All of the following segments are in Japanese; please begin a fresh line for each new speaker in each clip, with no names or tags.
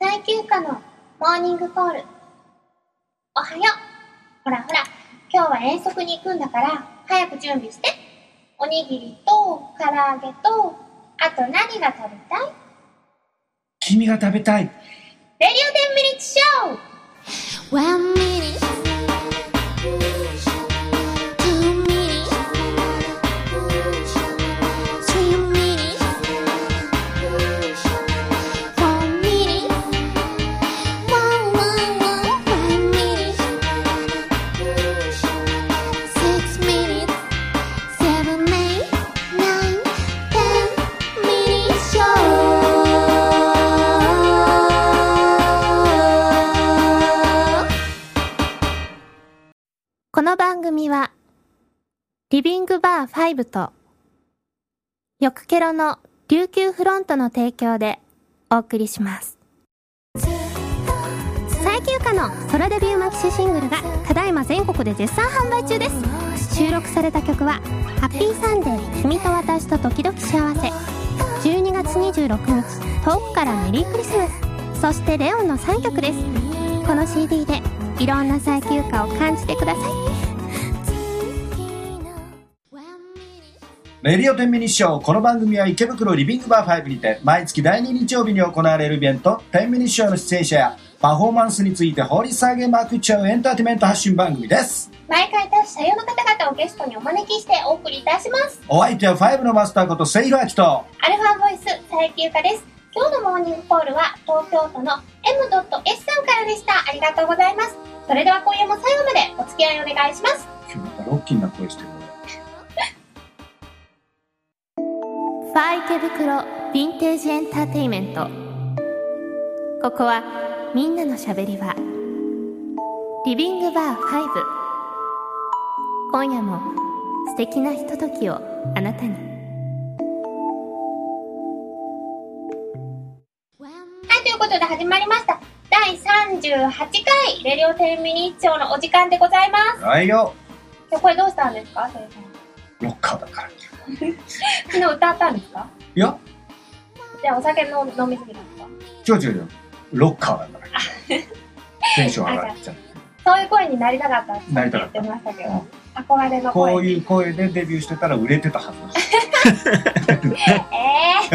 体休暇のモーニングコール。おはよう。ほらほら、今日は遠足に行くんだから、早く準備して。おにぎりと、唐揚げと、あと何が食べたい
君が食べたい
レディオ10ミリッツショー
One minute, two minutes, three minutes, four minutes, one, one, one, five minutes, six minutes, seven, eight, nine, ten minutes show.
この番組は、リビングバー5と、よくケロの琉球フロントの提供でお送りします。最休暇のソラデビューマキシシングルが、ただいま全国で絶賛販売中です。収録された曲は、ハッピーサンデー、君と私と時々幸せ。12月26日、遠くからメリークリスマス。そしてレオンの3曲です。この CD で、いろんな最休暇を感じてください。
レディオ天0ミニッショーこの番組は池袋リビングバー5にて毎月第2日曜日に行われるイベント天0ミニッショーの出演者やパフォーマンスについて掘り下げまくっちゃうエンターテインメント発信番組です
毎回多種多様な方々をゲストにお招きしてお送りいたします。
お相手は5のマスターことセイラーキと
アルファボイス最休暇です。今日のモーニングコールは東京都の M.S さんからでした。ありがとうございます。それでは今夜も最後までお付き合いお願いします。
今日なんかロッキーな声してる
ファー池袋ヴィンテージエンターテイメントここはみんなのしゃべり場リビングバー5今夜も素敵なひとときをあなたに
はい、ということで始まりました。第38回、レディオテレミニッチョのお時間でございます。
はいよ
今日これどうしたんですかそれさん
ロッカーだからい
昨日歌ったんですか
や
じゃあお酒の飲みすぎたんですか
違う違う違うロッカーだからテンション上がっちゃう
そういう声になりたかったって
なりた
言
か
っ
ってた
ましたけ
うん
ど、憧れの声。
こういう声でデビューしてたら売れてたはずです
え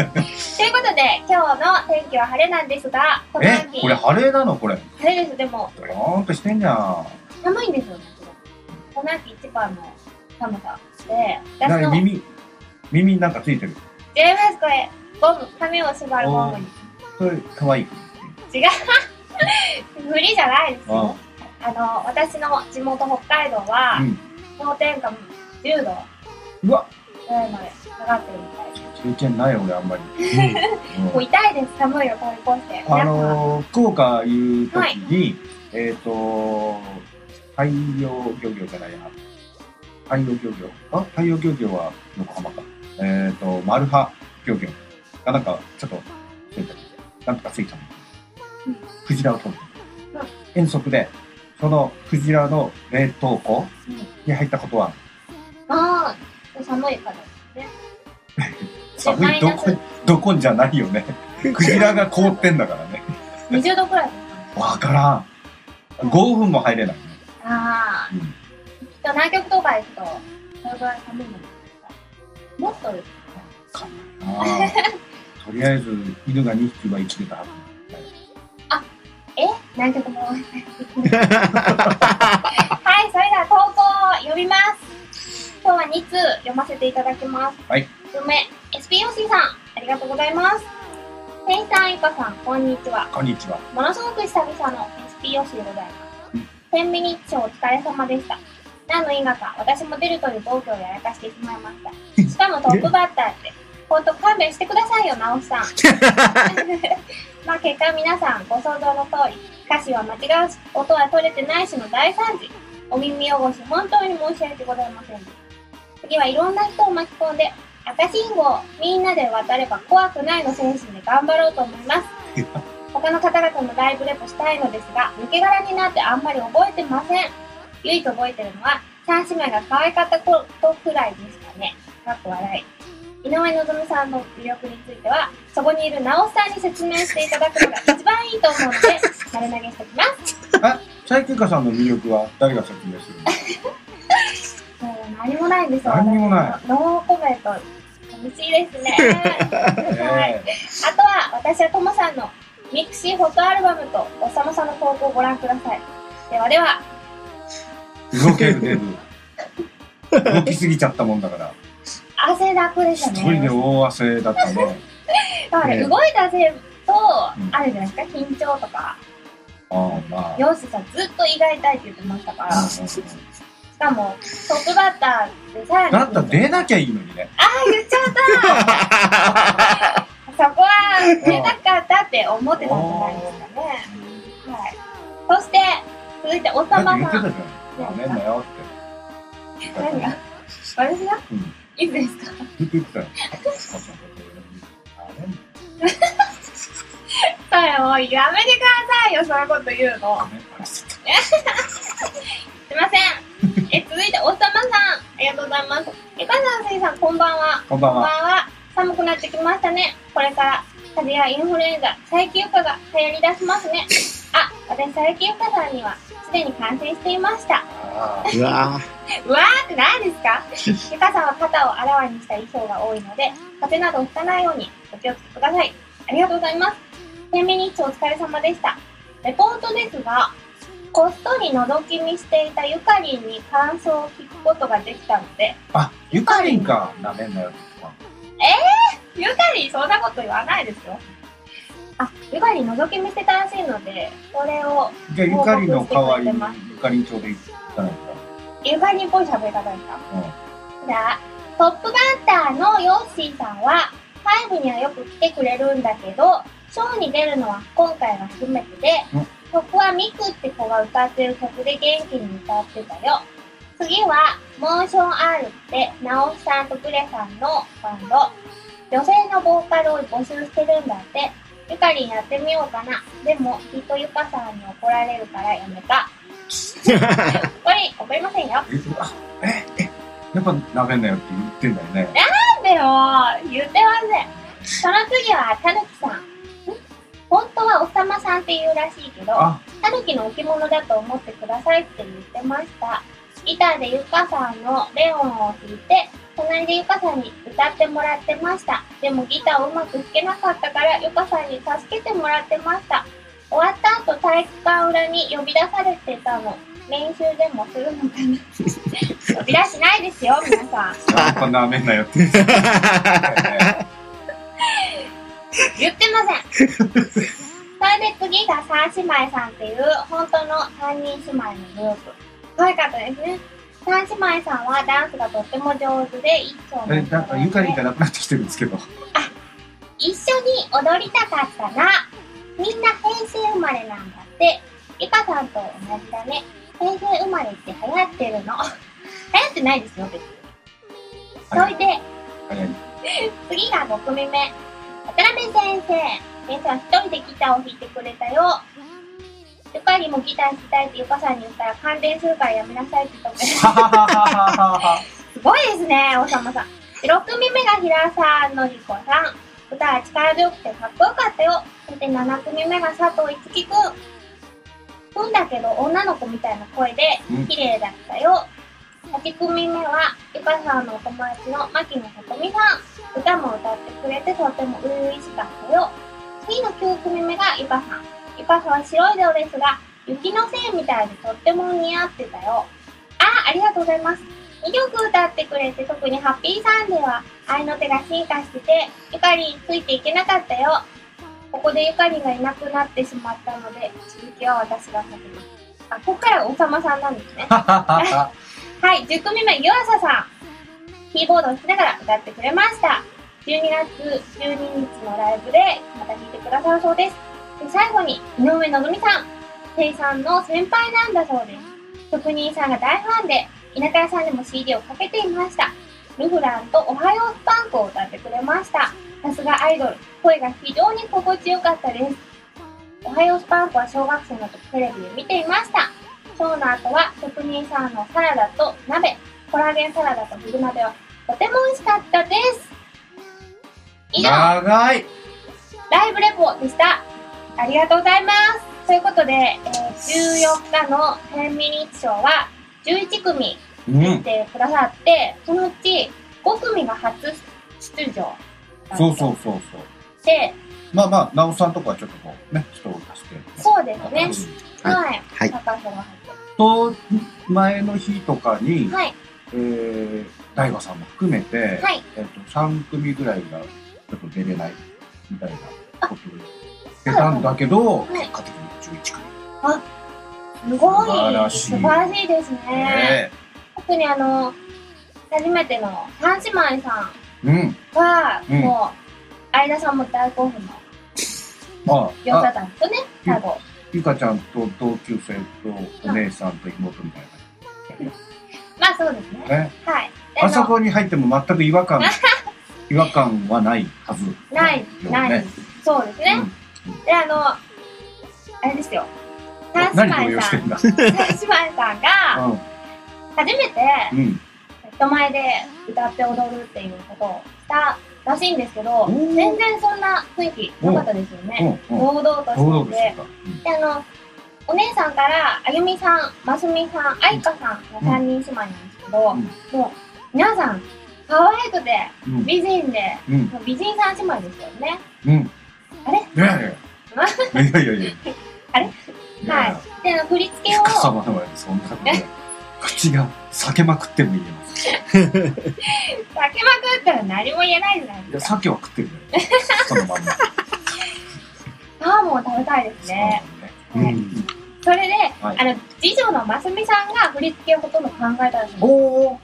ー、ということで今日の天気は晴れなんですがこの
え
秋
これ晴れなのこれ
晴れですでも
ドヨーンとしてんじゃん
寒いんですよねすごくこの秋一番の寒さで
だか
私
ら
の j
耳耳になんかついてる
m スこれゴム髪を縛るゴムに
それ可愛い
違う無理じゃないです
あ
よあの私の地元北海道は、
うん
氷点下10度
うわ
ぐらいまで下がってるみたいです
経験ない俺あんま り、
もう痛いです寒いを通り越して皆さん
あのー福岡いう時に、
はい
えっ、と海洋漁業じゃないや海洋漁業あ海洋漁業は横浜かえっ、とマルハ漁業がなんかちょっとついたなんとかついたの、
うん
クジラを取る、
うん
遠足でそのクジラの冷凍庫
うん
に入ったことは
ああ寒いからですね
寒いどこ
マイナ
どこんじゃないよ ねクジラが凍ってんだからね
ス20度くらいですかね
わからん5分も入れないね
ああ、
うん
きっと南極とか行くと、それぐらい寒いのもっとです
かなあとりあえず犬が2匹は生きてたはず
え南極も。はい、それでは投稿を読みます。今日は2通読ませていただきます。
はい。
梅、SPOC さん、ありがとうございます。店員さん、ゆかさん、こんにちは。
こんにちは
ものすごく久々の SP 予習でございます。1000ミニッチお疲れ様でした。何の因果か、私も出るという暴挙をやらかしてしまいました。しかもトップバッターって、ほんと勘弁してくださいよ、直樹さん。まあ結果皆さんご想像の通り、歌詞は間違うし、音は取れてないしの大惨事。お耳汚し、本当に申し訳ございません。次はいろんな人を巻き込んで、赤信号、みんなで渡れば怖くないの精神で頑張ろうと思います。他の方々のライブレポしたいのですが、抜け殻になってあんまり覚えてません。唯一覚えてるのは、三姉妹が可愛かったことくらいですかね。かっこ笑い。井上望さんの魅力についてはそこにいる直さんに説明していただくのが一番いいと思うので丸投げしておきます
チャイケイカさんの魅力は誰が説明するの
もう何もないんですよ
何にもない
私ノーコメント寂しいですね
ええ
あとは私はともさんのミクシーフォトアルバムとおさまさんの投稿をご覧くださいではでは
動けるデブ 動きすぎちゃったもんだから
汗だくでした
一
ね
人で大汗だった ね
だから
ね
動いたせいと、
ん
あるじゃないですか緊張とか
ああまあ
漁師さんずっと胃が痛いって言ってましたからしかもトップバッターでさらに
だったら出なきゃいいのにね
ああ言っちゃ ったそこは出なかったって思ってたんじゃないですかねはいそして続いておさ
だって
ま
言って
さ
た
ん
じゃんダメだよって
何が私が
うん
いつですか
ずっと言ってたよ
それもうやめてくださいよそういうこと言うの
ダメ
すいませんえ続いておさまさんありがとうございますえかさんせいさんこんばんは
こんばん
こんばん
は
は。寒くなってきましたね。これから、風邪やインフルエンザ、再休暇が流行り出しますね。あ、私、再休暇さんには、すでに感染していました。
あ
うわ
うわーって何ですかゆかさんは肩をあらわにした衣装が多いので、風邪などひかないようにお気をつけください。ありがとうございます。天秤日お疲れ様でした。レポートですが、こっそり覗き見していたゆかりんに感想を聞くことができたので、
あゆかりんかダメだよ
ゆかりそんなこと言わないですよあゆかり覗き見せたらしいのでそれを
じゃあゆかりの代わりにゆかりんちょうでいかないか
ゆかりっぽい喋り方ですか
うん
じゃあトップバッターのヨッシーさんは5にはよく来てくれるんだけどショーに出るのは今回が初めてで
うん
曲はミクって子が歌ってる曲で元気に歌ってたよ次はモーション R って直樹さんとクレさんのバンド女性のボーカルを募集してるんだってゆかりんやってみようかなでもきっとゆかさんに怒られるからやめたこれ怒りませんよ
えあええやっぱダメだよって言ってんだよね
なんでよ言ってませんその次はたぬきさんん本当はおさまさんっていうらしいけど
あ
たぬきの置物だと思ってくださいって言ってましたギターでゆかさんのレオンを弾いて隣でゆかさんに歌ってもらってましたでもギターをうまく弾けなかったからゆかさんに助けてもらってました終わった後体育館裏に呼び出されてたの練習でもするのかな呼び出しないですよ皆さん
やっぱダメだよって言ってんだよね
言ってませんそれで次が三姉妹さんっていう本当の三人姉妹のグループ可愛かったですね三姉妹さんはダンスがとっても上手で一丁
えなんかゆかりんがなくなってきてるんですけど
一緒に踊りたかったなみんな平成生まれなんだってゆかさんと同じだね平成生まれって流行ってるの 流行ってないですよ別にそれで
早い
次が6組目渡辺先生先生は一人でギターを弾いてくれたよゆかりもギター弾きたいってゆかさんに言ったら関連するからやめなさいって言ってす
はははははは
ごいですねおさまさんで6組目が平沢のりこさん歌は力強くてかっこよかったよそして7組目が佐藤いつきくんくんだけど女の子みたいな声で
うん
綺麗だったよ8組目はゆかさんのお友達の牧野さとみさん歌も歌ってくれてとても初々しかったよ。次の9組目がゆかさん。ゆかさんは白いドレスが雪のせいみたいでとっても似合ってたよ。あ、ありがとうございます。2曲歌ってくれて特にハッピーサンデーは愛の手が進化してて、ゆかりについていけなかったよ。ここでゆかりがいなくなってしまったので、続きは私が書きます。あ、ここからおさまさんなんですね。
は
はい、10組目、湯浅さん。キーボードを弾きながら歌ってくれました。12月12日のライブでまた弾いてくださるそうです。で最後に、井上のぞみさん。せいさんの先輩なんだそうです。職人さんが大ファンで、田舎屋さんでも CD をかけていました。ルフランとおはようスパンクを歌ってくれました。さすがアイドル、声が非常に心地よかったです。おはようスパンクは小学生の時テレビで見ていました。ショーの後は職人さんのサラダと鍋、コラーゲンサラダとフル鍋はとても美味しかったです。以上、
長い
ライブレポでした。ありがとうございます。ということで、えー14日の10ミニッツショーは11組
うん。
てくださって、そのうち5組が初出場
そうそうそうそう。
で、
まあまあ、なおさんとかはちょっとこうね、人を足して。
そうですね。
はい
はい。
はい
高橋さんが入って
と、前の日とかに、
はい。
えー、大和さんも含めて、
はい。
えっと、3組ぐらいがちょっと出れないみたいなことを出たんだけど、
い
結果的に11組。
すごい。
素晴らし
素
い
晴らしいですね。
ね
特にあの、初めての三姉妹さん
えうん。
は、
うん
もう、相田さんも大興奮の
ま
良
あ、
さ
あ
だったね、最後。
ゆかちゃんと同級生とお姉さんと妹みたい
まあそうですね。
なね。
はい。
あそこに入っても全く違 和感、違和感はないはず、
ない、ない。そうですね。で、あの、あれですよ。三
何動
姉
揺
妹
し
さ
て
ん
ん、だ。
三姉妹さん が、初めて、
うん。うん。
人前で歌って踊るっていうことをしたらしいんですけど、
おー
全然そんな雰囲気なかったですよね。
うん。う
堂
ん。
々と
堂
し
々
て
として
て。
た。
で、あの、お姉さんから、あゆみさん、ますみさん、あいかさんの3人姉妹なんですけど、もう、皆さん、可愛くて、
うん。うん。
美人で、
うん。
もう美人三姉妹ですよね。
うん。
あれ
いや いやいや。いやいやいや。。
あれはいで、あの振り付けを
深、さまの前でそんなことない口が裂けまくっても言えます。
避けまくったら何も言えないじゃない
い
で
や、
すか。
鮭は食ってるじゃないそのまんま。
サーモンを食べたいですね。
うん
はいそれで、
はい
あの、次女のますみさんが振り付けをほとんど考えたらしいんです
おお。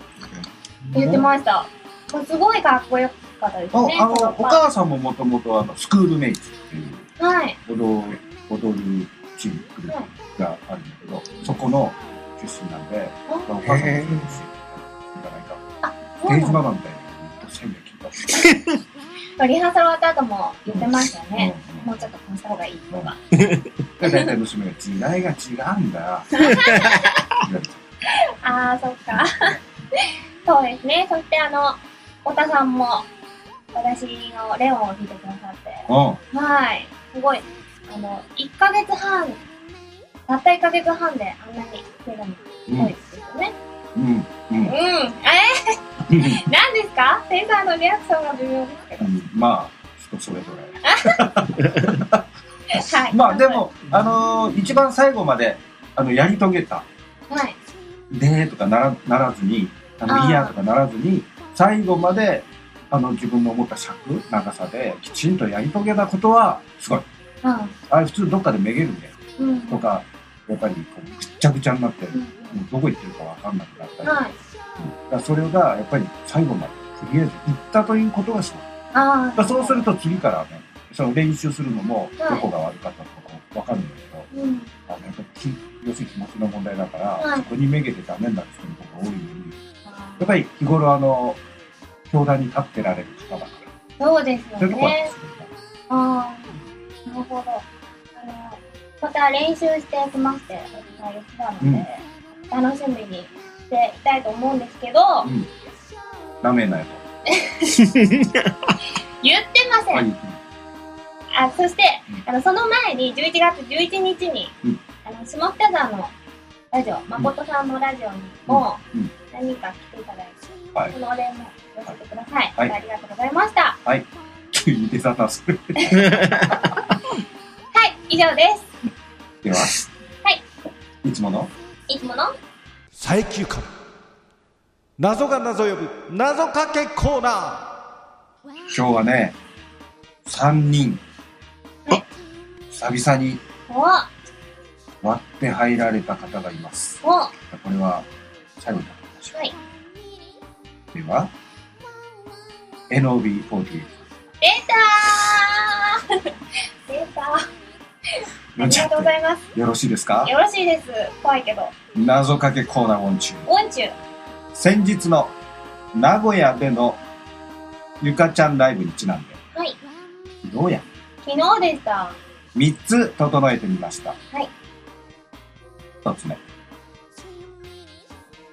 言ってました。もうすごいかっこよかったです
あ
ね。
あの
この
お母さんももともとあのスクールメイツっていう
はい。
踊る踊るチームグループがあるんだけど、そこの出身なんで、まあお母さんもそうですし、いいんじゃないか。
そう
ゲ
な
ージ
の
ママみたいなのに千名聞いた。
リハーサル終わった後も言ってましたよね。
うん
もうちょっとこうした方がいいとか。
で大体娘が違いが違うんだ。言われて
ああ、そっか。 そうですね。そしてあの、太田さんも、私のレオンを見てくださって。
うん。
はい。すごい。あの、1ヶ月半、たった1ヶ月半であんなに手がすごいですよね。
うんうん
うん。えー、 何ですかセンサーのリアクションが微妙ですけど
う。ん、まあ人それぞれ
はい。
まあで、も、あのー一番最後まであのやり遂げた
はい。
「で」とかならならずに「あ
あ
の
ー
いいや」とかならずに最後まであの自分の思った尺長さできちんとやり遂げたことはすごいあれ普通どっかでめげるんだよ
うん。うん。
とかやっぱりこうぐっちゃぐちゃになって
うん
もうどこ行ってるかわかんなくなった
うん
り、
はい。
うんだからそれがやっぱり最後までとりあえず行ったということがすごい。
あ
ま
あ。
あそうすると次からね、その練習するのも
はい
どこが悪かったとかわかるんだけど、
うん。
あのやっぱき要するに気持ちの問題だから、
はい
そこにめげてダメになる人の方が多いのに、
あ
やっぱり日頃あの、教壇に立ってられる方だか
ーそうですよ
ら、そういうとこは
ね。ああ。なるほど。あの、また練習してきまして、私は言ってたので、楽しみにしていたいと思うんですけど、
うん。ダメなや
言ってま
つ。
せん。
い。
あそして、
う
あのその前に11月11日に、
うん
あの下北沢のラジオ誠さんのラジオにも
うん
何人か来ていただいて、
はい
そのお礼も寄せてください、
はい
ありがとうございましたは
急に出沙汰する。
い以上です
では、
はい
いつもの
いつもの
最休暇謎が謎呼ぶ謎かけコーナー
今日はね、3人、
はい
久々に
お
割って入られた方がいます。
おは
これは最後になりましょ
い
では NOB48
出たー 出たーありがとうございます
よろしいですか
よろしいです怖いけど
謎かけコーナーウォン中
音中
先日の名古屋でのゆかちゃんライブにちなんで
はい
どうや
昨日でした
3つ整えてみました
はい
1つ目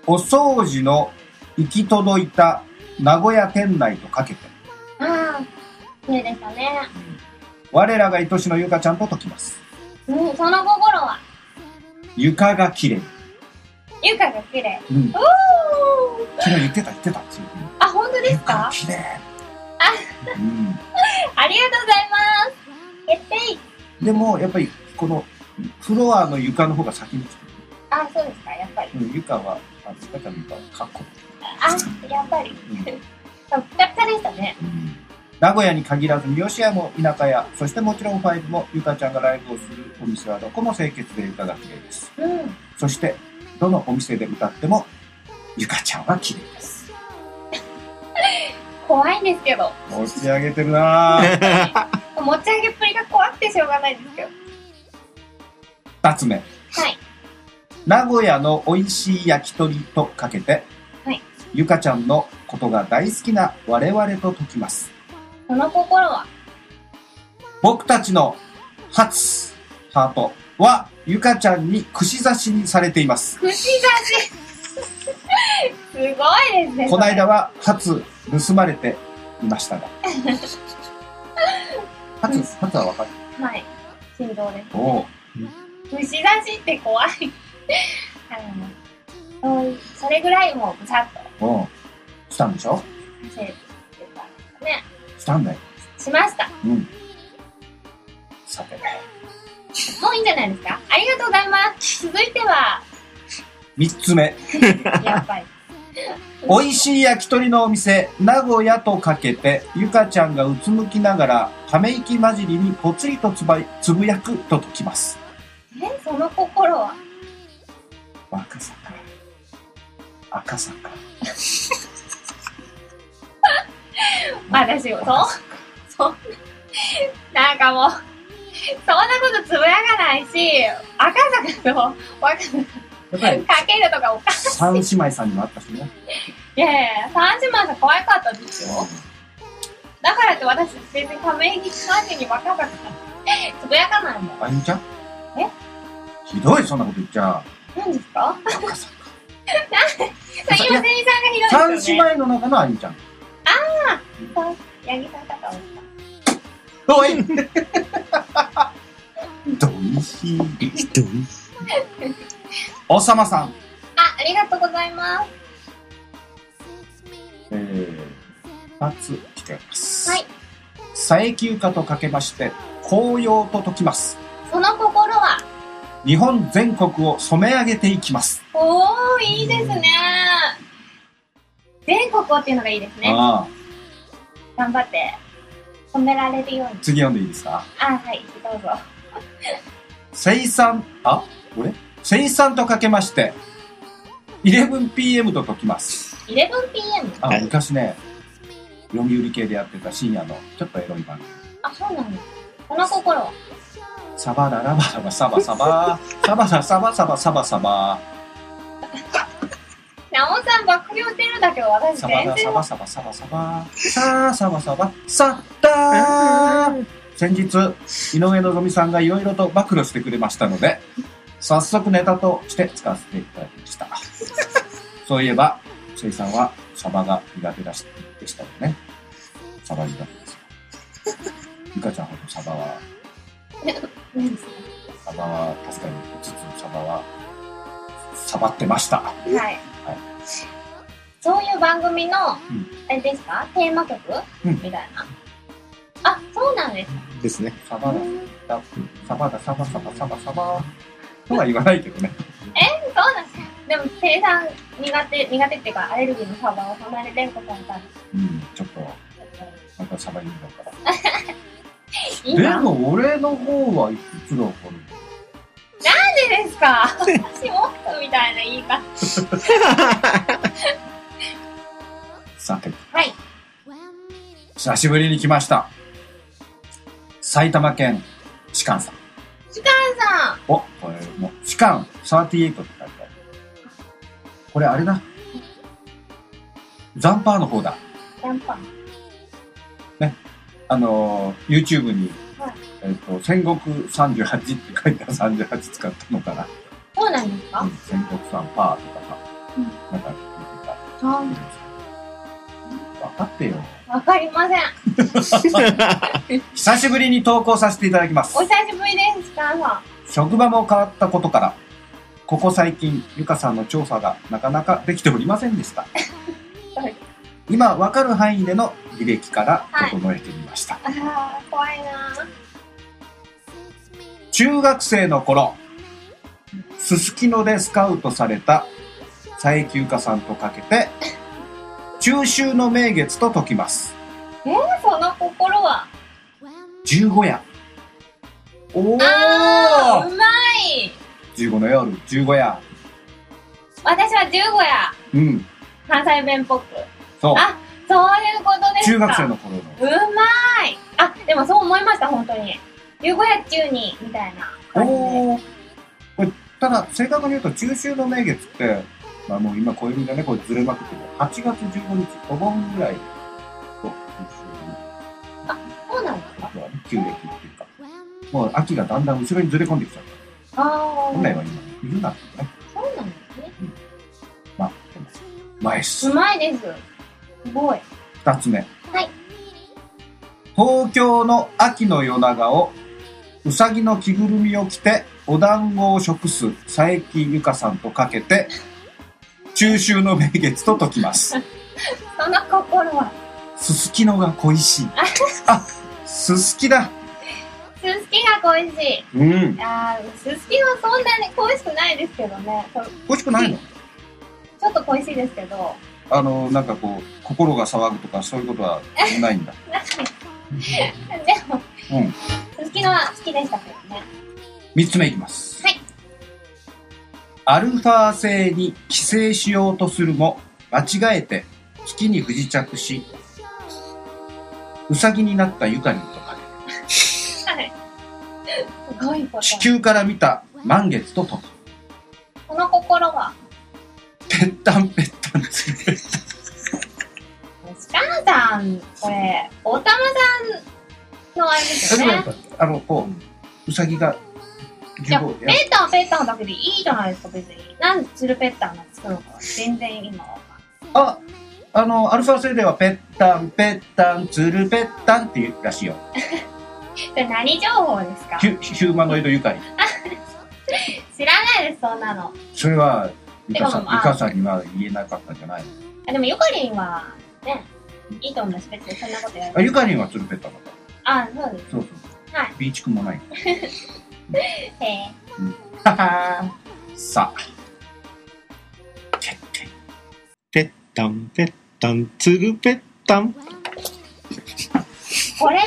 お掃除の行き届いた名古屋店内とかけて
あ綺麗でしたね。
我らが愛しのゆかちゃんと解きます。
うん、その心は、
床が綺麗。
ゆかが綺麗。
うん。
おー
昨日言ってた言ってた。そういうふうに
あ、本当です
床が
か
綺麗。うん。
ありがとうございます。決定
でも、やっぱり、この、フロアの床の方が先に来て
あ、そうですか、やっぱり。
る。うん、床は、あの、ゆかちゃんの床はかっこ
あ、やっぱり。
いい。うん
そうピカピカでしたね。
名古屋に限らず、三好屋も田舎屋、そしてもちろんファイブも、ゆかちゃんがライブをするお店はどこも清潔で床が綺麗です。
うん。
そして、どのお店で歌っても、ゆかちゃんは綺麗です。
怖いんですけど。
持ち上げてるなぁ。
持ち上げっぷりが怖くてしょうがないんですけど。
二つ目。
はい。
名古屋の美味しい焼き鳥とかけて、
はい
ゆかちゃんのことが大好きな我々と解きます。
その心は、
僕たちの初ハートは、ゆかちゃんに串刺しにされています。
串刺し。すごいですね。
この間は初盗まれていま したが。初、初は分かる。
それ。はい。心臓です。
おう
串刺しって怖い。あの、そうそれぐらいもう、ぐさっと
おうしたんでしょ
刺せるっていうか、ね、
したんだよ。
しました。
うん。さて、
もういいんじゃないですかありがとうございます。続いては、
三つ目。
やっぱり。
美味しい焼き鳥のお店、名古屋とかけて、ゆかちゃんがうつむきながら、ため息混じりにぽつりとつばいつぶやくと解きます。
え、その心は
若坂。赤坂。
私も、そう、そう、なんかもう、そんなことつぶやかないし、赤坂と若坂
やっぱり、
かけるとかおかしい。
三姉妹さんにもあったしね。
いやいや、三姉妹さん可愛かったですよ。だからって私、別にため息つまんに若坂つぶやかないもん。
あゆみちゃん
え
ひどい、そんなこと言っちゃ。
何ですか
赤坂。
今、セミさんが広い
三
ですよ
姉
ね。
妹の中のあゆみちゃん。
八木さんとかも
おい どいしい。
どう
おさまさん。
あ、ありがとうございます。
えー、二つ来ております。
はい。
佐伯ゆかとかけまして、紅葉と解きます。
その心は、
日本全国を染め上げていきます。
おー、いいですね。全国をっていうのがいいですね。
ああ、
頑張って、褒められるように。
次読んでいいですか
あ、はい、どうぞ。
生産、あ、俺生産とかけまして、11pm と解きます。
11pm?
あ、
はい
昔ね、読売系でやってた深夜のちょっとエロい番組。
あ、そうなんだ。その心は、
サバララバラバサバサバ、サバササバサバサバサバ、
なおさんばっかり言ってるんだけど、私
サバ
全
ラサ
然
バサバサバサバ、さあサバサバ、さだー先日、井上のぞみさんがいろいろと暴露してくれましたので、早速ネタとして使わせていただきました。そういえば、せいさんはサバが苦手だしでしたよね。サバ苦手ですよ。ゆかちゃんほどサバは、
うん
サバは確かに5つサバは、サバってました。
はい。そういう番組の、
ん
あれですかテーマ曲、
うん
みたいな。あ、そうなんです。
ですね。
サバだ、サバだ、サバサバサバサバ。とは言わないけどね。
そうなんです。でも、生産苦手、苦手っていうか、アレルギーのサバを離れてんこさんから。
うん、ちょっと、またサバ言うんだから。
いいな。なん
も俺の方はいくつだこれ。
でですか私もみたいな言い方。
さて、
はい。
久しぶりに来ました。埼玉県、士官さん。
さん、
お、これも、士官38って書いてある。これあれだ。ザンパーの方だ。
ジャンパン。
あのー、YouTube に
はい、
えっ、と、戦国38って書いた38使ったのかな。
そうなんですか、
うん戦国さんパーとかさ、
うん
なんか見てた
あ
んですけど、あかってよ。
わかりません。
久しぶりに投稿させていただきます
お。久しぶりです、スカンさ
職場も変わったことから、ここ最近、ゆかさんの調査がなかなかできておりませんでした。
はい
今、わかる範囲での履歴から整えてみまし
ん。
た。
あー、怖いな
中学生の頃、すすきのでスカウトされた佐伯ゆかさんとかけて、中秋の名月と解きます。
その心は。
十五夜。お
あー、
ー
うまい
十五の夜、十五夜。
私は15や。
うん、
関西弁っぽく。
そう。
あ、そういうことですか。
中学生の頃の。
うまいあ、でもそう思いました、本当に。15や中に、みたいな感じで。
おーこれただ、正確に言うと、中秋の名月って、まあもう今暦がね、これずれまくってる。8月15日、お盆ぐらいと
そうなんですか
中秋の旧暦っていうか、もう秋がだんだん後ろにずれ込んできちゃった。
あー。
本来は今、冬なんですね。
そうなんですね。
まあ、でも、前っす
う。まいです。すごい。
二つ目。
はい。
東京の秋の夜長を、うさぎの着ぐるみを着て、お団子を食す佐伯ゆかさんとかけて、中秋の名月と解きます。
その心は。
すすきのが恋しい。あ、すすきだ。
すすきが恋しい。
うん。
あー、すすきはそんなに恋しくないですけどね。これ
恋しくないの
ちょっと恋しいですけど。
あの、なんかこう、心が騒ぐとかそういうことはな いんだ。
でも、
うん。
すすきのは好きでしたけどね。
三つ目いきます。
はい。
アルファ星に寄生しようとするも、間違えて月に不時着し、うさぎになったゆかりんとか、
はい。すごいこと。
地球から見た満月 とと、
その心は。
ぺったんぺったん
スカンさん、これ、おたまさんのあれですよね。
あの、こう、うさぎが、
いや、ペ
15
ッタンはペッタンだけでいいじゃないですか、別に。なんでツルペッタンなんて作るのか、全然今わかんない。
あ、あの、アルファ星ではぺったんぺったん、つるぺったんっていうらしいよ。
それ何情報ですか
ヒュヒューマノイドゆかり。
知らないです、そんなの。
それは、ゆかさん、
で
ゆ
もまあ
かさんには言えなかったんじゃない
あでも、ゆかりんは、ね、いいと思います、別にそんなことや
あ
る。
ゆかりんはつるぺったんだった。
あ、そうです。
そうそう。
はい。
ビーチくんもない。
へえ。
さあ。
ぺったんぺったんつるぺったん
これ、2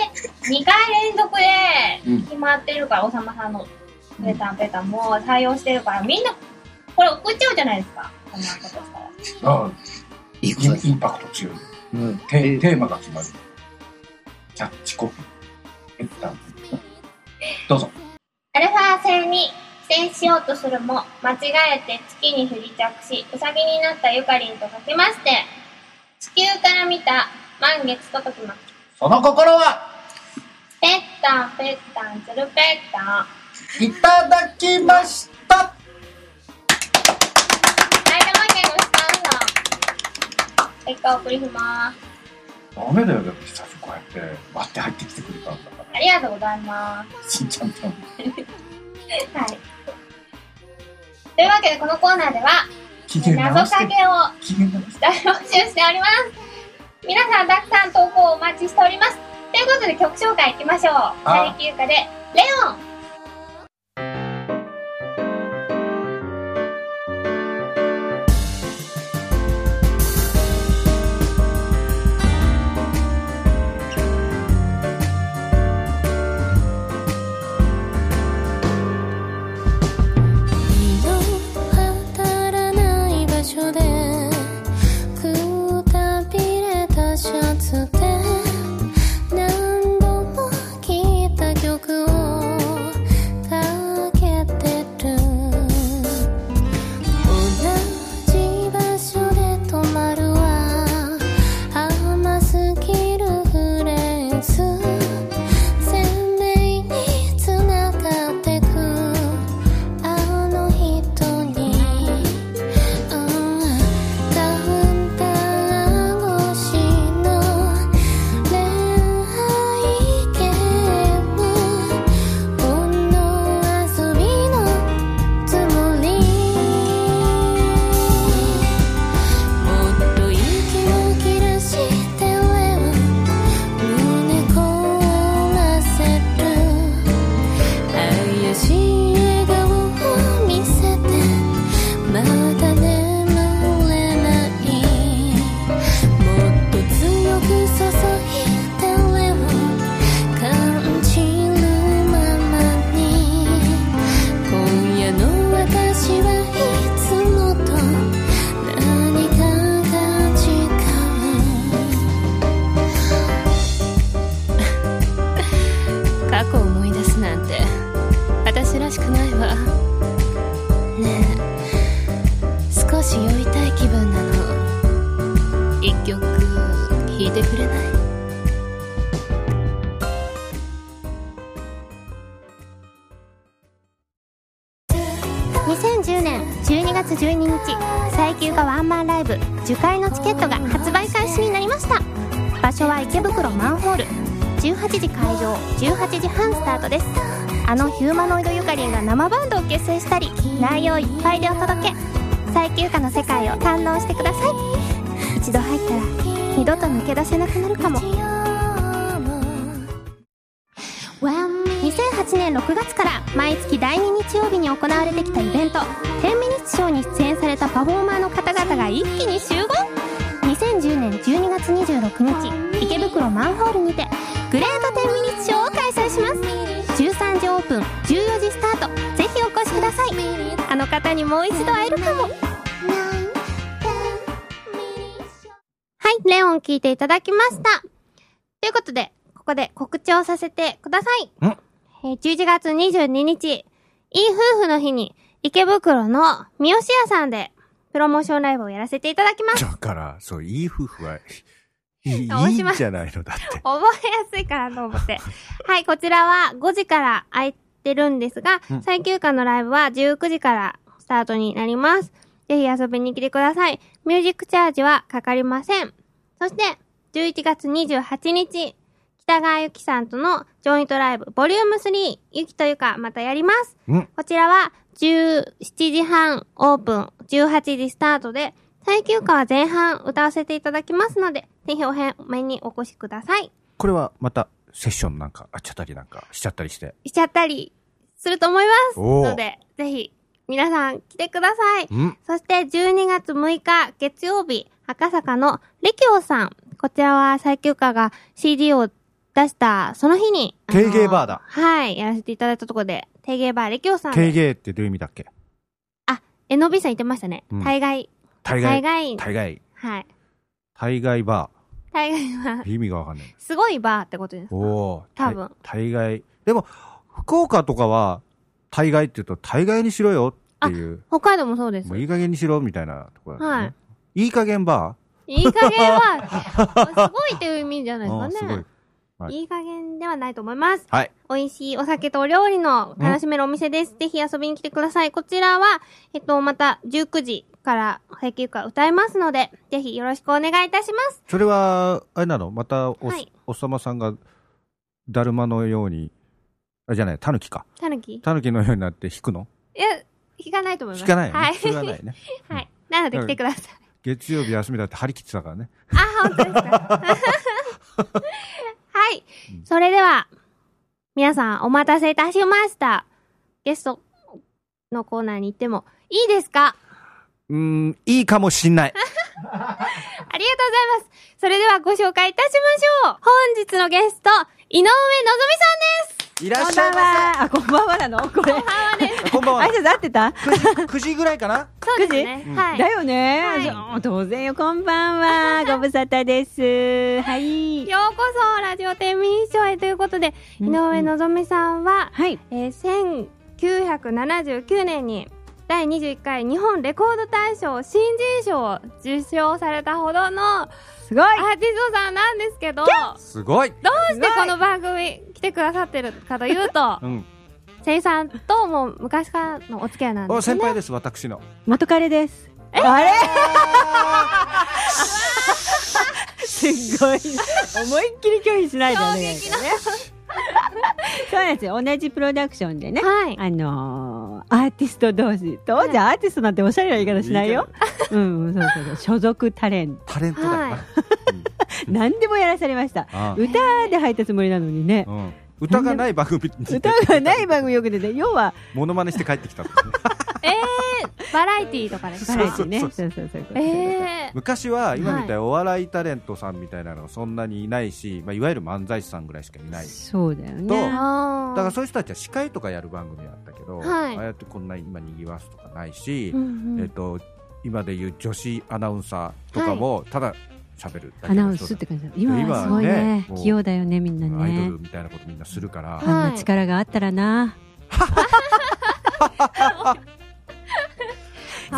回連続
うん
で決まってるから、おさまさんのペッタンペッタンもう採用してるから、みんな、これ送っちゃうじゃないですか、こんなことしたら。
あ
いいことです
イ。ンパクト強い。
うん。
テ
え
テーマが決まる。キャッチコピー。一旦どうぞ。
アルファ星に帰省しようとするも、間違えて月に不時着し、うさぎになったゆかりんとかけまして、地球から見た満月と解きます。
その心は、
ぺったんぺったんつるぺったん。
いただきました
埼玉県のスタンさん。結果送ります。
ダメだよ、だって久しぶりこうやって、割って入ってきてくれたんだか
ありがとうございま
ら。しんちゃんちゃん。
す。はい。というわけで、このコーナーでは、
機嫌直
謎
し
か
て。
けを
機嫌直して。
大募集しております皆さんたくさん投稿をお待ちしておりますということで曲紹介いきましょう
あ
佐伯優香で「レオン」
当たらない場所でくたびれたシャツで何度も聴いた曲を
2010年12月12日最休がワンマンライブ受会のチケットが発売開始になりました場所は池袋マンホール18時会場18時半スタートですあのヒューマノイドゆかりんが生バンドを結成したり内容いっぱいでお届け最休暇の世界を堪能してください一度入ったら二度と抜け出せなくなるかも2008年6月から毎月第2日曜日に行われてきたイベント「10ミニッツショー」に出演されたパフォーマーの方々が一気に集合2010年12月26日池袋マンホールにてグレート10ミニッツショーを開催します13時オープン14時スタートぜひお越しくださいあの方にもう一度会えるかもはいレオン聞いていただきましたということでここで告知をさせてくださいえー11月22日、いい夫婦の日に、池袋の三好屋さんで、プロモーションライブをやらせていただきます。
だから、そう、いい夫婦は、い いいい
大島
んじゃないのだって。
覚えやすいかなと 思って。はい、こちらは5時から空いてるんですが、
うん
最休暇のライブは19時からスタートになります。ぜひ遊びに来てください。ミュージックチャージはかかりません。そして、11月28日、北川ゆきさんとのジョイントライブ、ボリューム3、ゆきとゆか、またやります。
うん
こちらは、17時半オープン、18時スタートで、最休暇は前半歌わせていただきますので、ぜひお早めにお越しください。
これはまた、セッションなんか、あっちゃったりなんか、しちゃったりして。
しちゃったりすると思います。
おー
ので、ぜひ、皆さん来てください。
うん
そして、12月6日月曜日、赤坂のレキオさん。こちらは最休暇が CD を出したその日に。あの
定芸バーだ。
はい、やらせていただいたところで、定芸バーレキオさん
定
で。
芸ってどういう意味だっけ
えのびさん言ってましたね。
うん
大概。
大
大
概。
概。
大概。
はい。
大概バ
大概は、
ー。意味がわかんない。
すごいバーってことですか
おおー。
多分
大概。でも、福岡とかは、大概って言うと、大概にしろよっていう。
北海道もそうです
もう。いい加減にしろみたいなところだよね。。
はい
い加減バ
いい加減は、 すごいという意味じゃ
ー
ないです
す
か
ごい
ね。。
はい
いい加減ではないと思います。
はい。
美味しいお酒とお料理の楽しめるお店です。ぜひ遊びに来てください。こちらは、えっと、また19時から最休暇歌えますので、ぜひよろしくお願いいたします。
それは、あれなのまたお、
はい
おっさまさんが、だるまのように、あ、じゃない、たぬきか。
たぬきい
たぬきのようになって弾くの
や、引かないと思います。
弾かないよね。
はい。
弾かないね。
はい。 なので来てください。
月曜日休みだって張り切ってたからね。
あ、本当ですか。 はい。それでは、皆さんお待たせいたしました。ゲストのコーナーに行ってもいいですか
うーん、いいかもしんない。
ありがとうございます。それではご紹介いたしましょう。本日のゲスト、井上
い
のぞ
こ
らっ
ん
しゃ
ば
い
ん
ま
は。あ、こんばんはなのこれ。
せ。こんばんは
挨。拶合ってた
9時ぐらいかな
みさんです。そうですね。は
だ
い。
よね、
はい
そう当然よ、こんばんは。ご無沙汰です。はい。
ようこそ、ラジオ天民賞へということで、
う
井
ん
上のぞみさんは、
はい。
えー1979年に第21回日本レコード大賞新人賞を受賞されたほどのア
すごい。
ーティストさんなんですけど、ど
すごい。
うしてこの番組来てくださってるかというと
う、ん。
せいさんともう昔からのお付き合いなん
お、
ですよ
先
ね。
輩です、私の。
元彼です。あ れすごい。思いっきり拒否しないでね。衝撃の。そうなんですよ。同じプロダクションでね。
はい。
あのー、アーティスト同士。当時アーティストなんておしゃれな言い方しないよ。うん、うんそうそうそう。所属タレント。
タレントだよな。
はい
うん
何でもやらされました。
あ
歌で入ったつもりなのにね
あ。うん歌がない番組に
歌がない番組よく出て、要は、
モノマネして帰ってきたんですね
バラエティーとかですか
バ
ね
ラエティね。
そ
そうう
そ
そうそうそう。
ええ
昔は今みたいにお笑いタレントさんみたいなのがそんなにいないし、まあ、いわゆる漫才師さんぐらいしかいない
そうだよ
と
ね。
だ
ああ。
からそういう人たちは司会とかやる番組だったけど、
はい
ああやってこんな今にぎわすとかないし、
うんうん
えっと今でいう女子アナウンサーとかもただ喋るだ
ア
け
ナ
の
ウン
人
スっ
だ
て感じだ。今はすごい
今はね
ね
もう。
器用だよね、みんな
アイド
ね
ル。みたいなことみんなするから、
い
あんな力があったらな。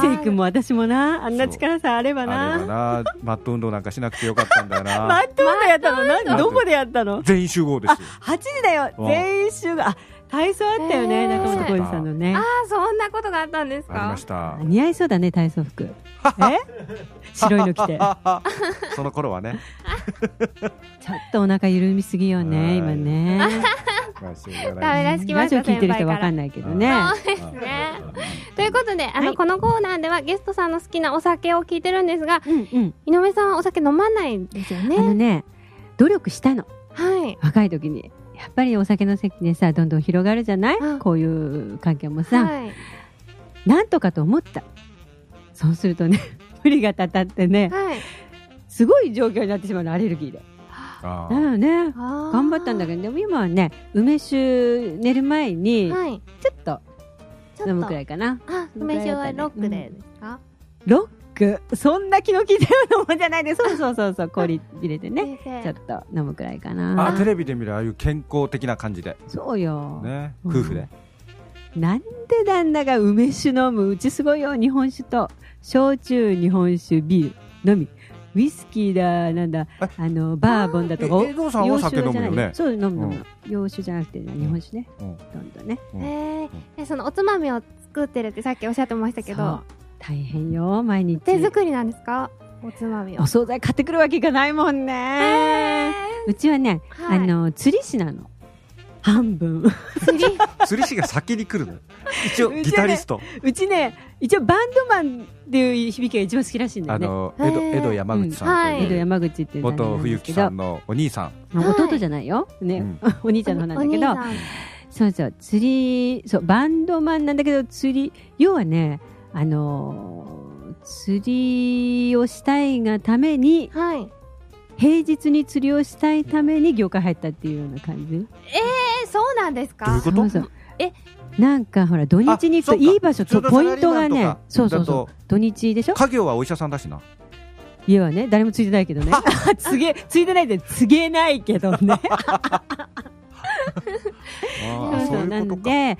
セイ君も私もな。あんな力さえあれば
あれは
な。
なマット運動なんかしなくてよかったんだよな、
マットンドやったの
トンド
何どこでやったの
全員集合 ですよ
8時だよ
うん
全員集合あ体操あったよね
えー
中本浩二さんのね
ああ、そんなこことがあったんです
あり
か
ました
似合いそうだね体操服え白いの着てちょっ
その頃は ね
とお腹緩みすぎよね 今ね
まあしょうが
ダメ
ない
出し来ました
ラジオ聞いてる人わか
先輩
んないけどね
からそうですねと
う
い
ん
うことであの、
はい
このコーナーではゲストさんの好きなお酒を聞いてるんですが
うんうん
井上さんはお酒飲まないですよ
あ
ね
のね努力したの
はい
若い時にやっぱりお酒の席でさどんどん広がるじゃない
うん
こういう関係もさ、
はい
なんとかと思ったそうするとね 無理がたたってね
はい
すごい状況になってしまうのアレルギーで
あ
だよね
頑
頑張ったんだけどでも今はね梅酒寝る前に
はい
ちょっと
ちょっと
飲むくらいかな
あ梅酒はロックでですか、
ロックそんな気の利いたようなもんじゃないでそうそうそうそう氷入れてね
先生
ちょっと飲むくらいか
ああ
な
テレビで見るああいう健康的な感じで
そうよ、
ね
うん
夫婦で
なんで旦那が梅酒飲むうちすごいよ日本酒と焼酎日本酒ビールのみウイスキーだなんだ
え
あのバーボンだ
え
とかお
江藤さんは酒飲む
じゃ
よ
な
ね
いそう飲む飲む、
うん
洋酒じゃなくて日本酒ね、
うん
どんどんね
うん
へーえそのおつまみを作ってるってさっきおっしゃってましたけ
そ
ど
う大変よ毎日
手作りなんですかおつまみを
お惣菜買ってくるわけいかないもんね、うちはね、
はい
あの釣り師なの半分
釣 り
釣り師が先に来るのよ一応
うちはね
ギタリスト
うちね一応バンドマンっていう響きが一番好きらしいんだ
あ
よ
へー
ね
の江戸江戸山口さんと
はい
江戸
いう
山口っていう
元冬木さんのお兄さん
まあ
はい
弟じゃないよ、ね
うん
お兄ちゃんの方なんだけ
お
ど
兄さん
そうそう釣りそうバンドマンなんだけど釣り要はねあのー釣りをしたいがために
はい
平日に釣りをしたいために業界入ったっていうような感じ
えそうなんですか
どういうこと
そうそう
え
なんかほら土日に行
あ
くと
そっか
いい場所と
普通
ポ
の
イントが
サラリーマ
ね
ンとか
そうそう
だ
そ
と
う土日でしょ
家業はお医者さんだしな
家はね誰もついてないけ どねつげついてないでつげないけどね
あ
そう
あ
そ
そうう
ないの
うことか
で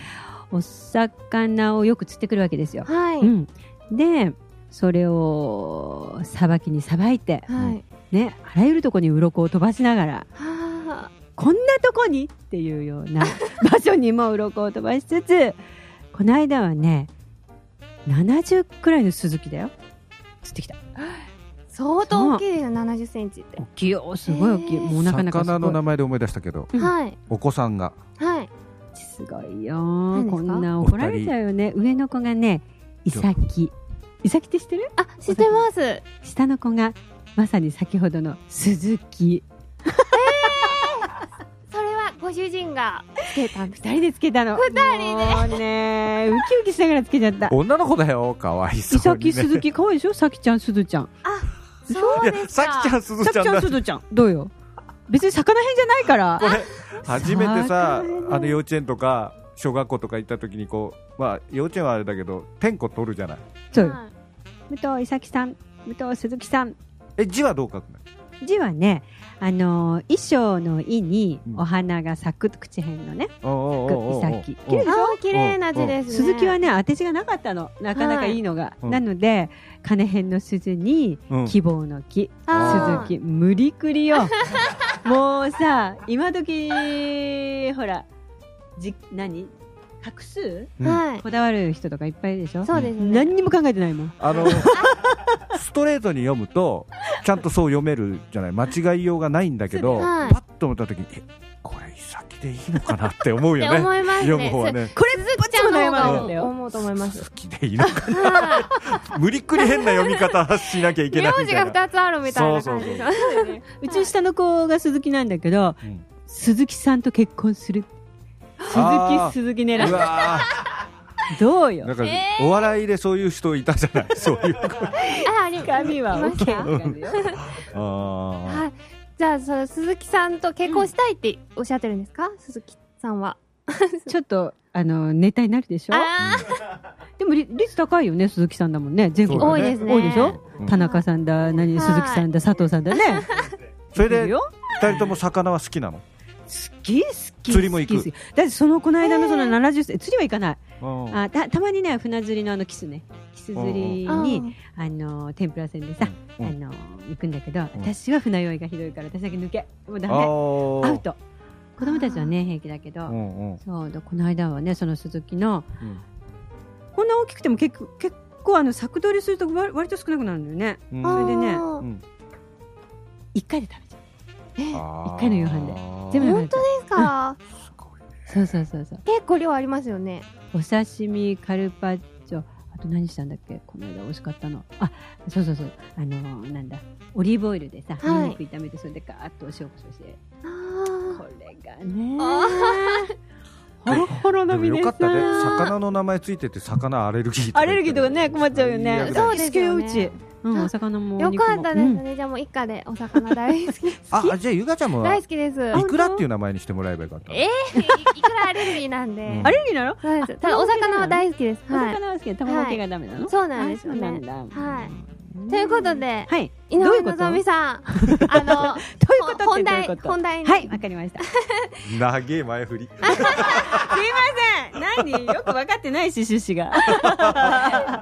お魚をよく釣ってくるわけですよ、、
はいう
ん、でそれをさばきにさばいて、
はい
ね、あらゆるとこに鱗を飛ばしながら
は
こんなとこにっていうような 場所にも鱗を飛ばしつつこの間はね70くらいのスズキだよ釣ってきた
あ相当大きいですよ70センチって
大きいよすごい大きい、
へー
もうなかなか
魚の名
す
前で思い出したけど
うん
はい
お子さんが
はい
ごいすごいよ
何です
こ
か
んな怒られちゃうよね上の子がねイサキイサキって知ってる
あ知ってます
下の子がまさに先ほどの鈴木
それはご主人が
つけた二人でつけたの
二人
もうねウキウキしながらつけちゃった
女の子だよかわい
イ
そ
サ
うに
キ
ね
鈴木可愛いでしょさきちゃんすずちゃん
で そう
い
で
や
す
さ
か
きちゃんすず
さ
ち
き
ゃん
ちゃん
だ
すずちゃんどうよ別に魚編じゃないから
これ初めて
魚
さ
ね
あの幼稚園とか小学校とか行った時にこうまあ幼稚園はあれだけど点呼取るじゃない
そうよ
は
武藤イサキさん武藤鈴木さん
え字はどう書くの
字はねあの衣装の「い」に
うん
お花が咲く口編のね
おうおうおうおう
イサキ綺
おう
麗
いあお綺麗な字ですね
鈴木はね当て字がなかったのなかなかいいのが、
うん
なので金編の鈴に
うん
希望の木、
あー
鈴木無理くりよもうさ今時ほらじ何画数
はい
こだわる人とかいっぱいいるでしょ
そうですね
何にも考えてないもん
あの ストレートに読むとちゃんとそう読めるじゃない間違いようがないんだけど、
はい
パッと思った時にえこれイサキでいいのかなって思う
って
よね
思いますね
読む方はね
これ
鈴木ちゃんの
こっちも悩まない
方
んだ
が
よ
思うと思います
好きでいいのか
はい
無理くり変な読み方しなきゃいけない
名
み
字
たい
が
な
二つ あるみたいな感じ
そう
で
そう
うち下の子が鈴木なんだけど、
うん
鈴木さんと結婚する鈴
あ
木
ー
鈴木狙
う
い
わ
どう
ーな
よ
んか、お笑いでそういう人いたじ ゃないそういう
ああります
髪は OK って感じよ
あ
はいじゃあその鈴木さんと結婚したいっておっしゃってるんですか、鈴木さんは
ちょっとあのネタになるでしょ
あー
でもり率高いよね鈴木さんだもんね全国
そう
多
だ
い
ね
ですね
多いでしょ
ー、うん
田中さんだ何
はい
鈴木さんだ佐藤さんだね
それ
いる
で
よ
二人とも魚は好きなの
好き好き
釣りも行く
好き好きだってそのこの間のその70歳、釣りは行かない
うん
あたたまにね船釣りのあのキスねキス釣り
あ
にあの天ぷら船でさ、
うん
あの行くんだけど、
うん
私は船酔いがひどいから私だけ抜けもうダ
あ
メアウ
ー
ト子供たちはね平気だけど、
うんうん
そうだこの間はねその鈴木の、
うん
本こんな大きくても結構結構あの作取りすると割割と少なくなるんだよね
うん
それでね
あー
一回で食べちゃ
あー
一回の夕飯でう全部
本当
で
ですか。
そうそうそうそう
結構量ありますよね。
お刺身カルパッチョあと何したんだっけこの間美味しかったのあそうそうそうあのーなんだオリーブオイルでさ、
はい
ニンニク炒めてそれでガーッとお塩こしょして
あ
これがね
あ
ほろほろ
で
の
も
皆
よ
さん
かったね魚の名前ついてて魚アレルギーとか
アレルギーとかね困っちゃうよ
最
ね
悪だ
そうですよね
好きうち、うん、お魚もお
よ
肉も
かったですね。じゃあもう一家でお魚大 好き。
ああじゃあゆかちゃんも
大
い
好きです。
くらっていう名前にしてもらえばよかった
えー、いくらアレルギーなんで。
うん
アレルギーなの
そうです。た
あ
だお魚は大好きです。
お
はい。
魚は好きで卵系がダメなの、
そうなんですよね
あそうなんだ
はい
うん
ということで、
はい
井
どう
上
いうこと
のぞみさん、あの、
ということって
本
どういう
題、
こと
本題に。
はいわかりましたすい
長え前振り
ません何よく分かってないし趣旨が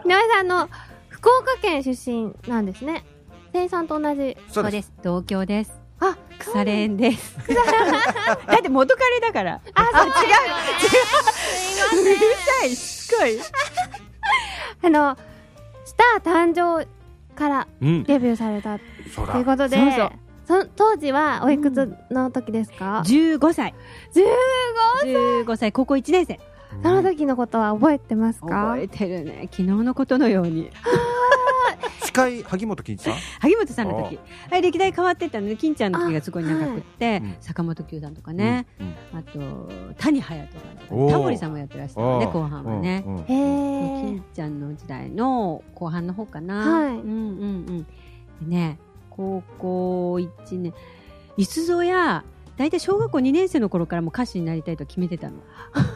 井上さん、あの、福岡県出身なんですね。店員さんと同じ。
そうです
す東京です
あ、
腐れ縁です。だって元カレだから。
あ、そう違う。
うるさい、しつこい。
あの、スター誕生から
うん
デビューされた
そう
という
だ
ことで、
そうそう
そ当時はおいくつの時ですか、
15歳。
15!
15歳、高校1年生。
その時のことは覚えてますか
覚えてるね。昨日のことのように。
司会萩本欽一さん
萩本さんの時。はい、歴代変わってったので、金ちゃんの時がすごい長くっ
い
て
うん、
坂本九さんとかね、
うん
あと、谷隼人さんと
おー
か、タモリさんもやってらしたので、後半はね。
うんうん
へ
金
ー。
ちゃんの時代の後半の方かな。
はい
うんうんうん。でね、高校1年、いつぞや、大体小学校2年生の頃からもう歌手になりたいと決めてたの。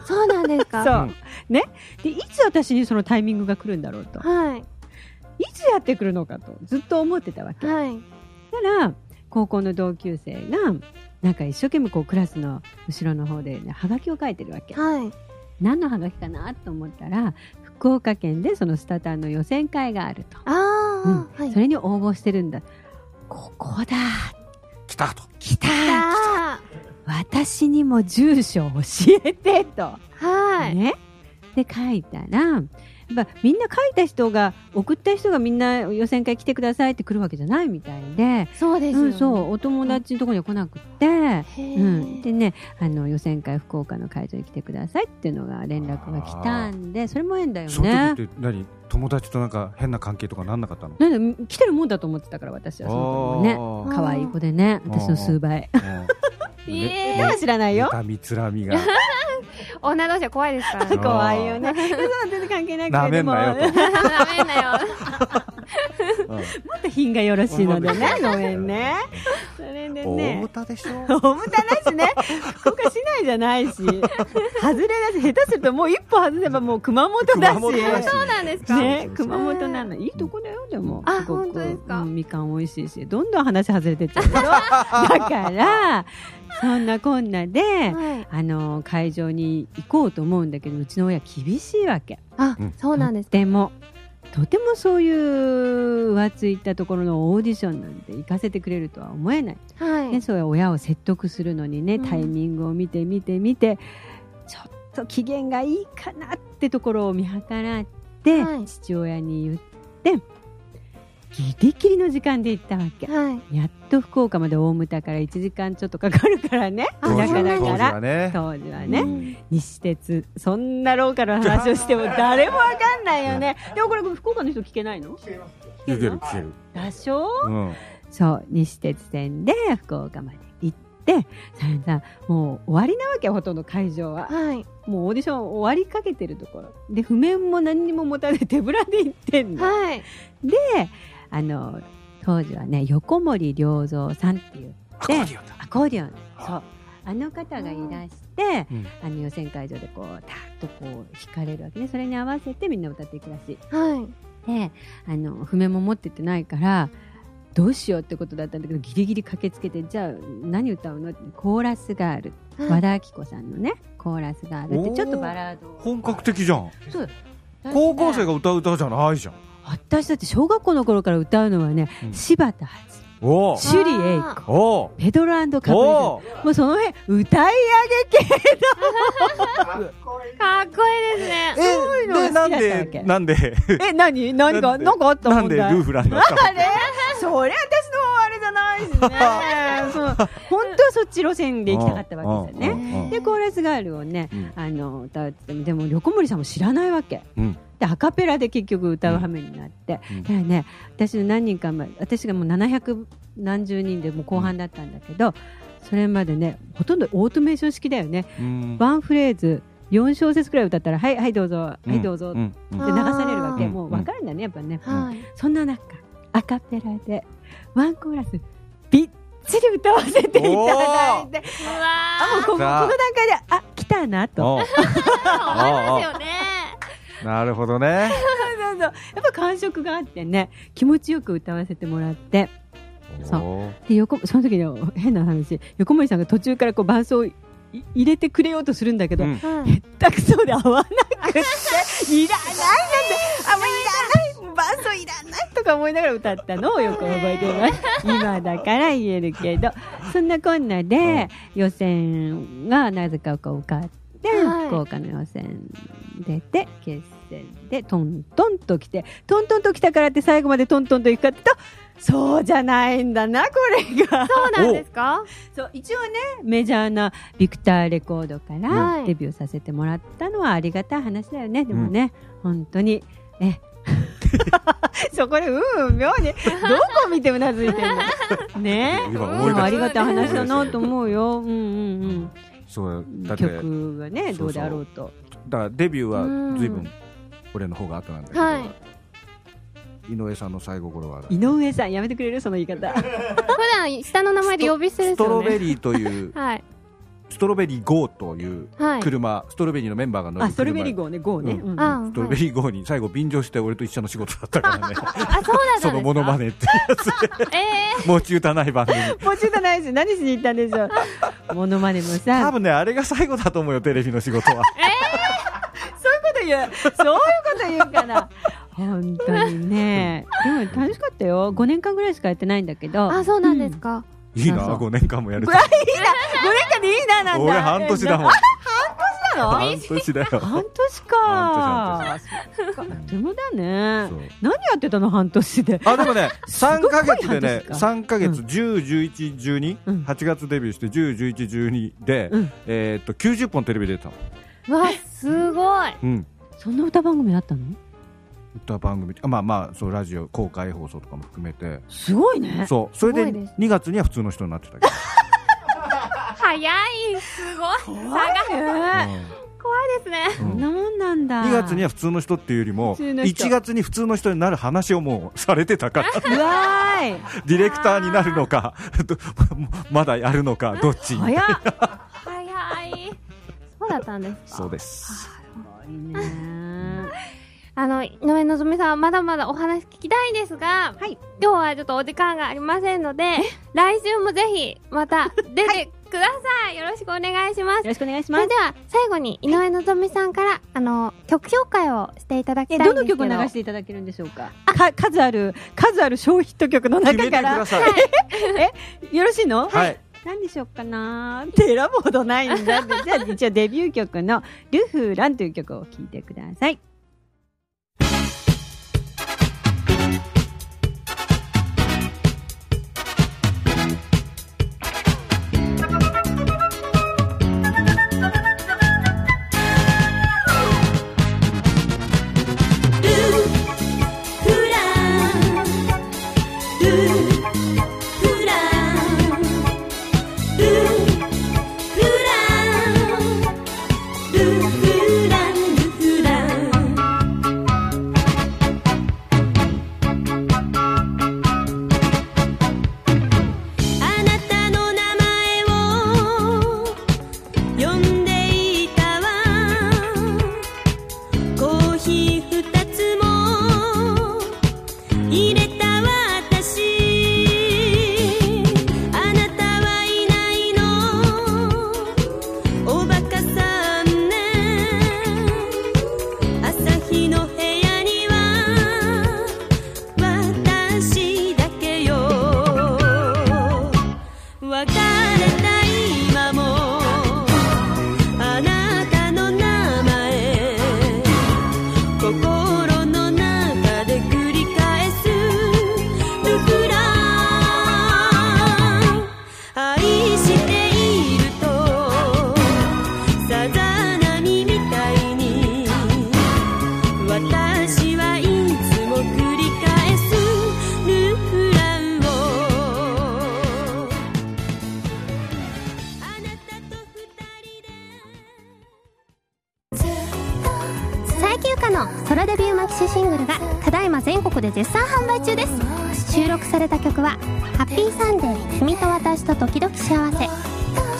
そうなんですか
そうう。ね。で、いつ私にそのタイミングが来るんだろうと。
はい。
いつやってくるのかと、ずっと思ってたわけ。だか
はい。
ら、高校の同級生が、なんか一生懸命こうクラスの後ろの方でね、はがきを書いてるわけ。
はい。
何のはがきかなと思ったら、福岡県でそのスタターの予選会があると。
あ
うん
ー。はい。
それに応募してるんだ。ここだ。
来たと
来た。
あ
私にも住所教えてと。
ーはい。
ね。で、書いたら、やっぱみんな書いた人が、送った人がみんな予選会来てくださいって来るわけじゃないみたいで、
そうですよ
う
ね。
ん、そう、お友達のとこには来なくって、
へー。
うん、でね、あの予選会福岡の会場に来てくださいっていうのが連絡が来たんで、それも縁だよ
その
ね。
時って何友達となんか変な関係とかなんなかったの
なんで来てるもんだと思ってたから私はその時もね
あー
ー
可愛い子でね
あー
私の数倍
うん
いえー
では知らない よ
妬みつらみが
女同士は怖いですからね。
怖いよねそんな全然関係ないけ
な
れ
め
ど
ん
も
なよ
も
ダメだよ。
とうん
っと品がよろしいのでねごめんねそれで
大
ね
歌でしょ
大牟田だ しね福岡市内じゃないし外れだし下手するともう一歩外ればもう熊本だし
熊本だし
そうなんですか。
ね
そうそうそう
熊本なのいいとこだよでも
あ
すごく
本当ですか
うんみかん美味しいしどんどん話外れて っちゃうでしょだからそんなこんなで、
はい。
あの会場に行こうと思うんだけどうちの親厳しいわけ
あ
うん、
そうなんです
と。てもとてもそういう浮ついたところのオーディションなんて行かせてくれるとは思えない、
は
ね、
い。
そういう親を説得するのにね
うん
タイミングを見て見て見てちょっと機嫌がいいかなってところを見計らって、
はい
父親に言ってギリギリの時間で行ったわけ。
はい。
やっと福岡まで大牟田から1時間ちょっとかかるからね
あ
田
当
舎
時は
だか
当時
ら
はね
当時はね
うん
西鉄そんなローカルな話をしても誰もわかんないよねでもこれ福岡の人聞けないの
聞ける聞ける
多少
うん
そう西鉄線で福岡まで行ってさらにさもう終わりなわけよほとんど会場は
はい。
もうオーディション終わりかけてるところで譜面も何にも持たない手ぶらで行ってんの、
はい。
であの当時はね横森良三さんっていう
アコーディオンだ
アコーディオンそうあの方がいらして、
うん
あの予選会場でこうタッとこう弾かれるわけねそれに合わせてみんな歌っていくらしい
はい。
であの譜面も持ってってないからどうしようってことだったんだけどギリギリ駆けつけてじゃあ何歌うのってコーラスガール、
はい
和田アキ子さんのねコーラスガールってちょっとバラードを
本格的じゃん
そう
高校生が歌う歌じゃないじゃん
私だって小学校の頃から歌うのはね、
うん
柴田初
おー
趣里英子
あ
お
ペドロカ
ー
ブリさん
お
もうその辺歌い上げ系
ーかっこいいですね。
えでな
好き
ん
だったわ
で
け、
なんで、
え、何何
な
が
んで
なんかあった
なん
問
で
題
ルーフランだったの
あれそりゃ私のあ れじゃないですね そう本当はそっち路線で行きたかったわけですよね
ね
でコーラスガールをね、
うん
あの歌うって言ってもでも横森さんも知らないわけ、
うん
でアカペラで結局歌う羽目になって、
うん
だからね私の何人か前私がもう700何十人でもう後半だったんだけど、それまでねほとんどオートメーション式だよね、
うん
ワンフレーズ4小節くらい歌ったら「はいはいどうぞ、はいどうぞ」っ
う
て
んうん
流されるわけ
あー
もう分かるんだねやっぱね、
はい。
そんな中アカペラでワンコーラスびっちり歌わせていただいて
うわ
あもうこここの段階であ来たなと
お
ー、
う
わかりますよね。
なるほどね。
そうそうやっぱ感触があってね気持ちよく歌わせてもらってそう
おう
で横その時の変な話横森さんが途中からこう伴奏をい入れてくれようとするんだけど、
う ん
うん
全くそうで合わなくっていらないなんてあもういらない伴奏いらないとか思いながら歌ったのをよく覚えています今だから言えるけどそんなこんなで予選がなぜかこう受かって、
はい
福岡の予選出て決戦でトントンと来てトントンと来たからって最後までトントンと行くかっていうとそうじゃないんだなこれが
そうなんですか
そう一応ねメジャーなビクターレコードか
は
ら
い
デビューさせてもらったのはありがたい話だよね、でもね本当にえ そこでうんうん 妙にどこ見てうなずいてるのねえ
今思
で
い出し
も
た
ありがたい話だなと思う よ、うんうん
そう
うん、
だって、だか
曲がねどうであろうと
らデビューは随
う
分
ん
俺の方が後なんだけ
は
ど、井上さんの最後頃は、
井上さんやめてくれるその言い方
普段、下の名前で呼び捨てです
スト
よ
ロベ
ね。
リーという、
はい。
ストロベリー GO という
はい。
車、ストロベリーのメンバーが乗る
あ
車
ソルベリ号ね号ね、
う
うん
あ
ストロベリー GO に最後便乗して俺と一緒の仕事だったから
あ、
ね。
そうだったんですか
そのモノマネっていうやつで、
ええ
もう中たない番組。
もうちょっとないし何しに行ったんでしょう モノマネも
多
さ
分ね、あれが最後だと思うよ、テレビの仕事は。
そういうこと言う。そういうこと言うから。 本当にね。でも楽しかったよ。5年間ぐらいしかやってないんだけど。
あ、そうなんですか。
いいな、
そうそう
5年間もやる
ぐ
と
らい。いいな。5年間でいいな、なんだ。
俺半年だもん。
なの
半年だよ。
半年
半
か。そっかあっという間だ
そ
ね。
う
何やってたの半年で。
あ、で もね、3
ごい
ヶ月でね
半、年か
3ヶ月、10、11、12、
うん
8月デビューして、10、11、12で、
うん
えーっと、90本テレビ出たの。
わ、すごい。
うん。
そんな歌番組あったの
歌番組、あまあまあ、そう、ラジオ、公開放送とかも含めて、
すごいね。
そう、それで
すごいです
2月には普通の人になってた けど。
早い。すごい。
怖
差が
いね。
ですね。
う
そ
ん
んなもんなんだ。
2月には普通の人っていうよりも
普通の人
1月に普通の人になる話をもうされてたから
うわーい。
ディレクターになるのか どまだやるのかどっ ち
早っ。
早い。そうだったんですか。
そうです
いいね。
あの、井上のぞみさん、まだまだお話聞きたいんですが、
はい
今日はちょっとお時間がありませんの で、来週もぜひ、また出てください。よろしくお願いします
よ。ろしくお願いし
そ
ま
れ
す
で。は、最後に井上のぞみさんから、あの、曲紹介をしていただきたい
え
んです
ど
けど。
の曲を流していただけるんでしょうかか数ある数ある小ヒット曲の中
決めて
か
く
ら
ださい
よろしいの、
はい
何でしょうかなーって選ぶほどないんだってじゃあ一応デビュー曲の「ルフラン」という曲を聴いてください。
あなたの名前を呼んでいたわコーヒー二つも入れた私あなたはいないのおバカさんね朝日の部屋には私だけよ別れた今もあなたの名前心
のソラデビューマキシシングルがただいま全国で絶賛販売中です収録された曲は「ハッピーサンデー君と私と時々幸せ」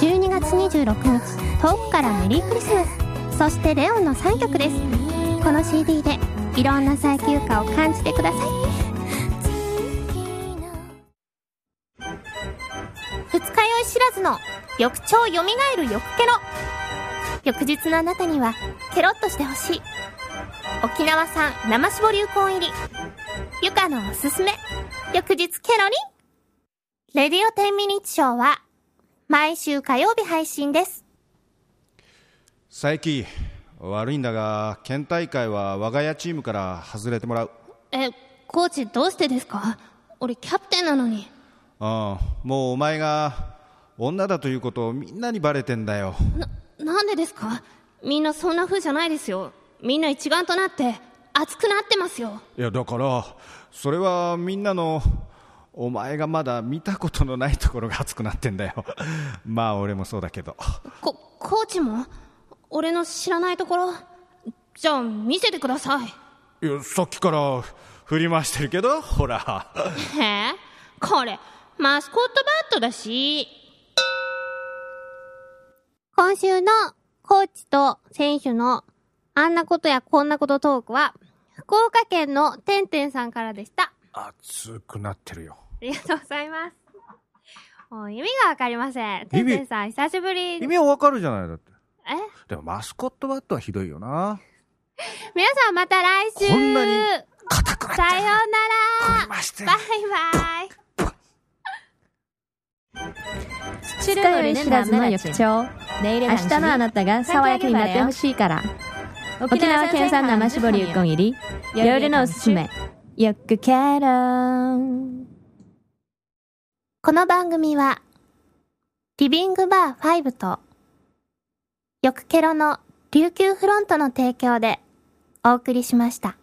12月26日遠くからメリークリスマスそして「レオン」の3曲ですこの CD でいろんな最休暇を感じてください二日酔い知らずの翌朝蘇る翌ケロ翌日のあなたにはケロッとしてほしい沖縄産生搾りうこん入りゆかのおすすめ翌日ケロリンレディオ10ミニッチショーは毎週火曜日配信です
佐伯悪いんだが県大会は我が家チームから外れてもらう
えコーチどうしてですか俺キャプテンなのに
うんもうお前が女だということをみんなにバレてんだよ
ななんでですかみんなそんな風じゃないですよみんな一丸となって熱くなってますよ
いやだからそれはみんなのお前がまだ見たことのないところが熱くなってんだよ まあ俺もそうだけど
こコーチも俺の知らないところじゃあ見せてください
いやさっきから振り回してるけどほら
へえこれマスコットバットだし
今週のコーチと選手のあんなことやこんなことトークは福岡県のてんてんさんからでした
熱くなってるよ
ありがとうございます。もう意味がわかりません。て
意味
んてんさん、久しぶり。
意
え
味はわかるじゃないだってでもマスコットバットはひどいよな
皆さんまた来週
こんなに
硬くなっ
さようなら
ましてる
バイバイ
二日酔い知らずの翌朝明日のあなたが爽やかになってほしいから沖縄県産生搾りうこん入り夜のおすすめよくケロン
この番組は、リビングバー5と、よくケロの琉球フロントの提供でお送りしました。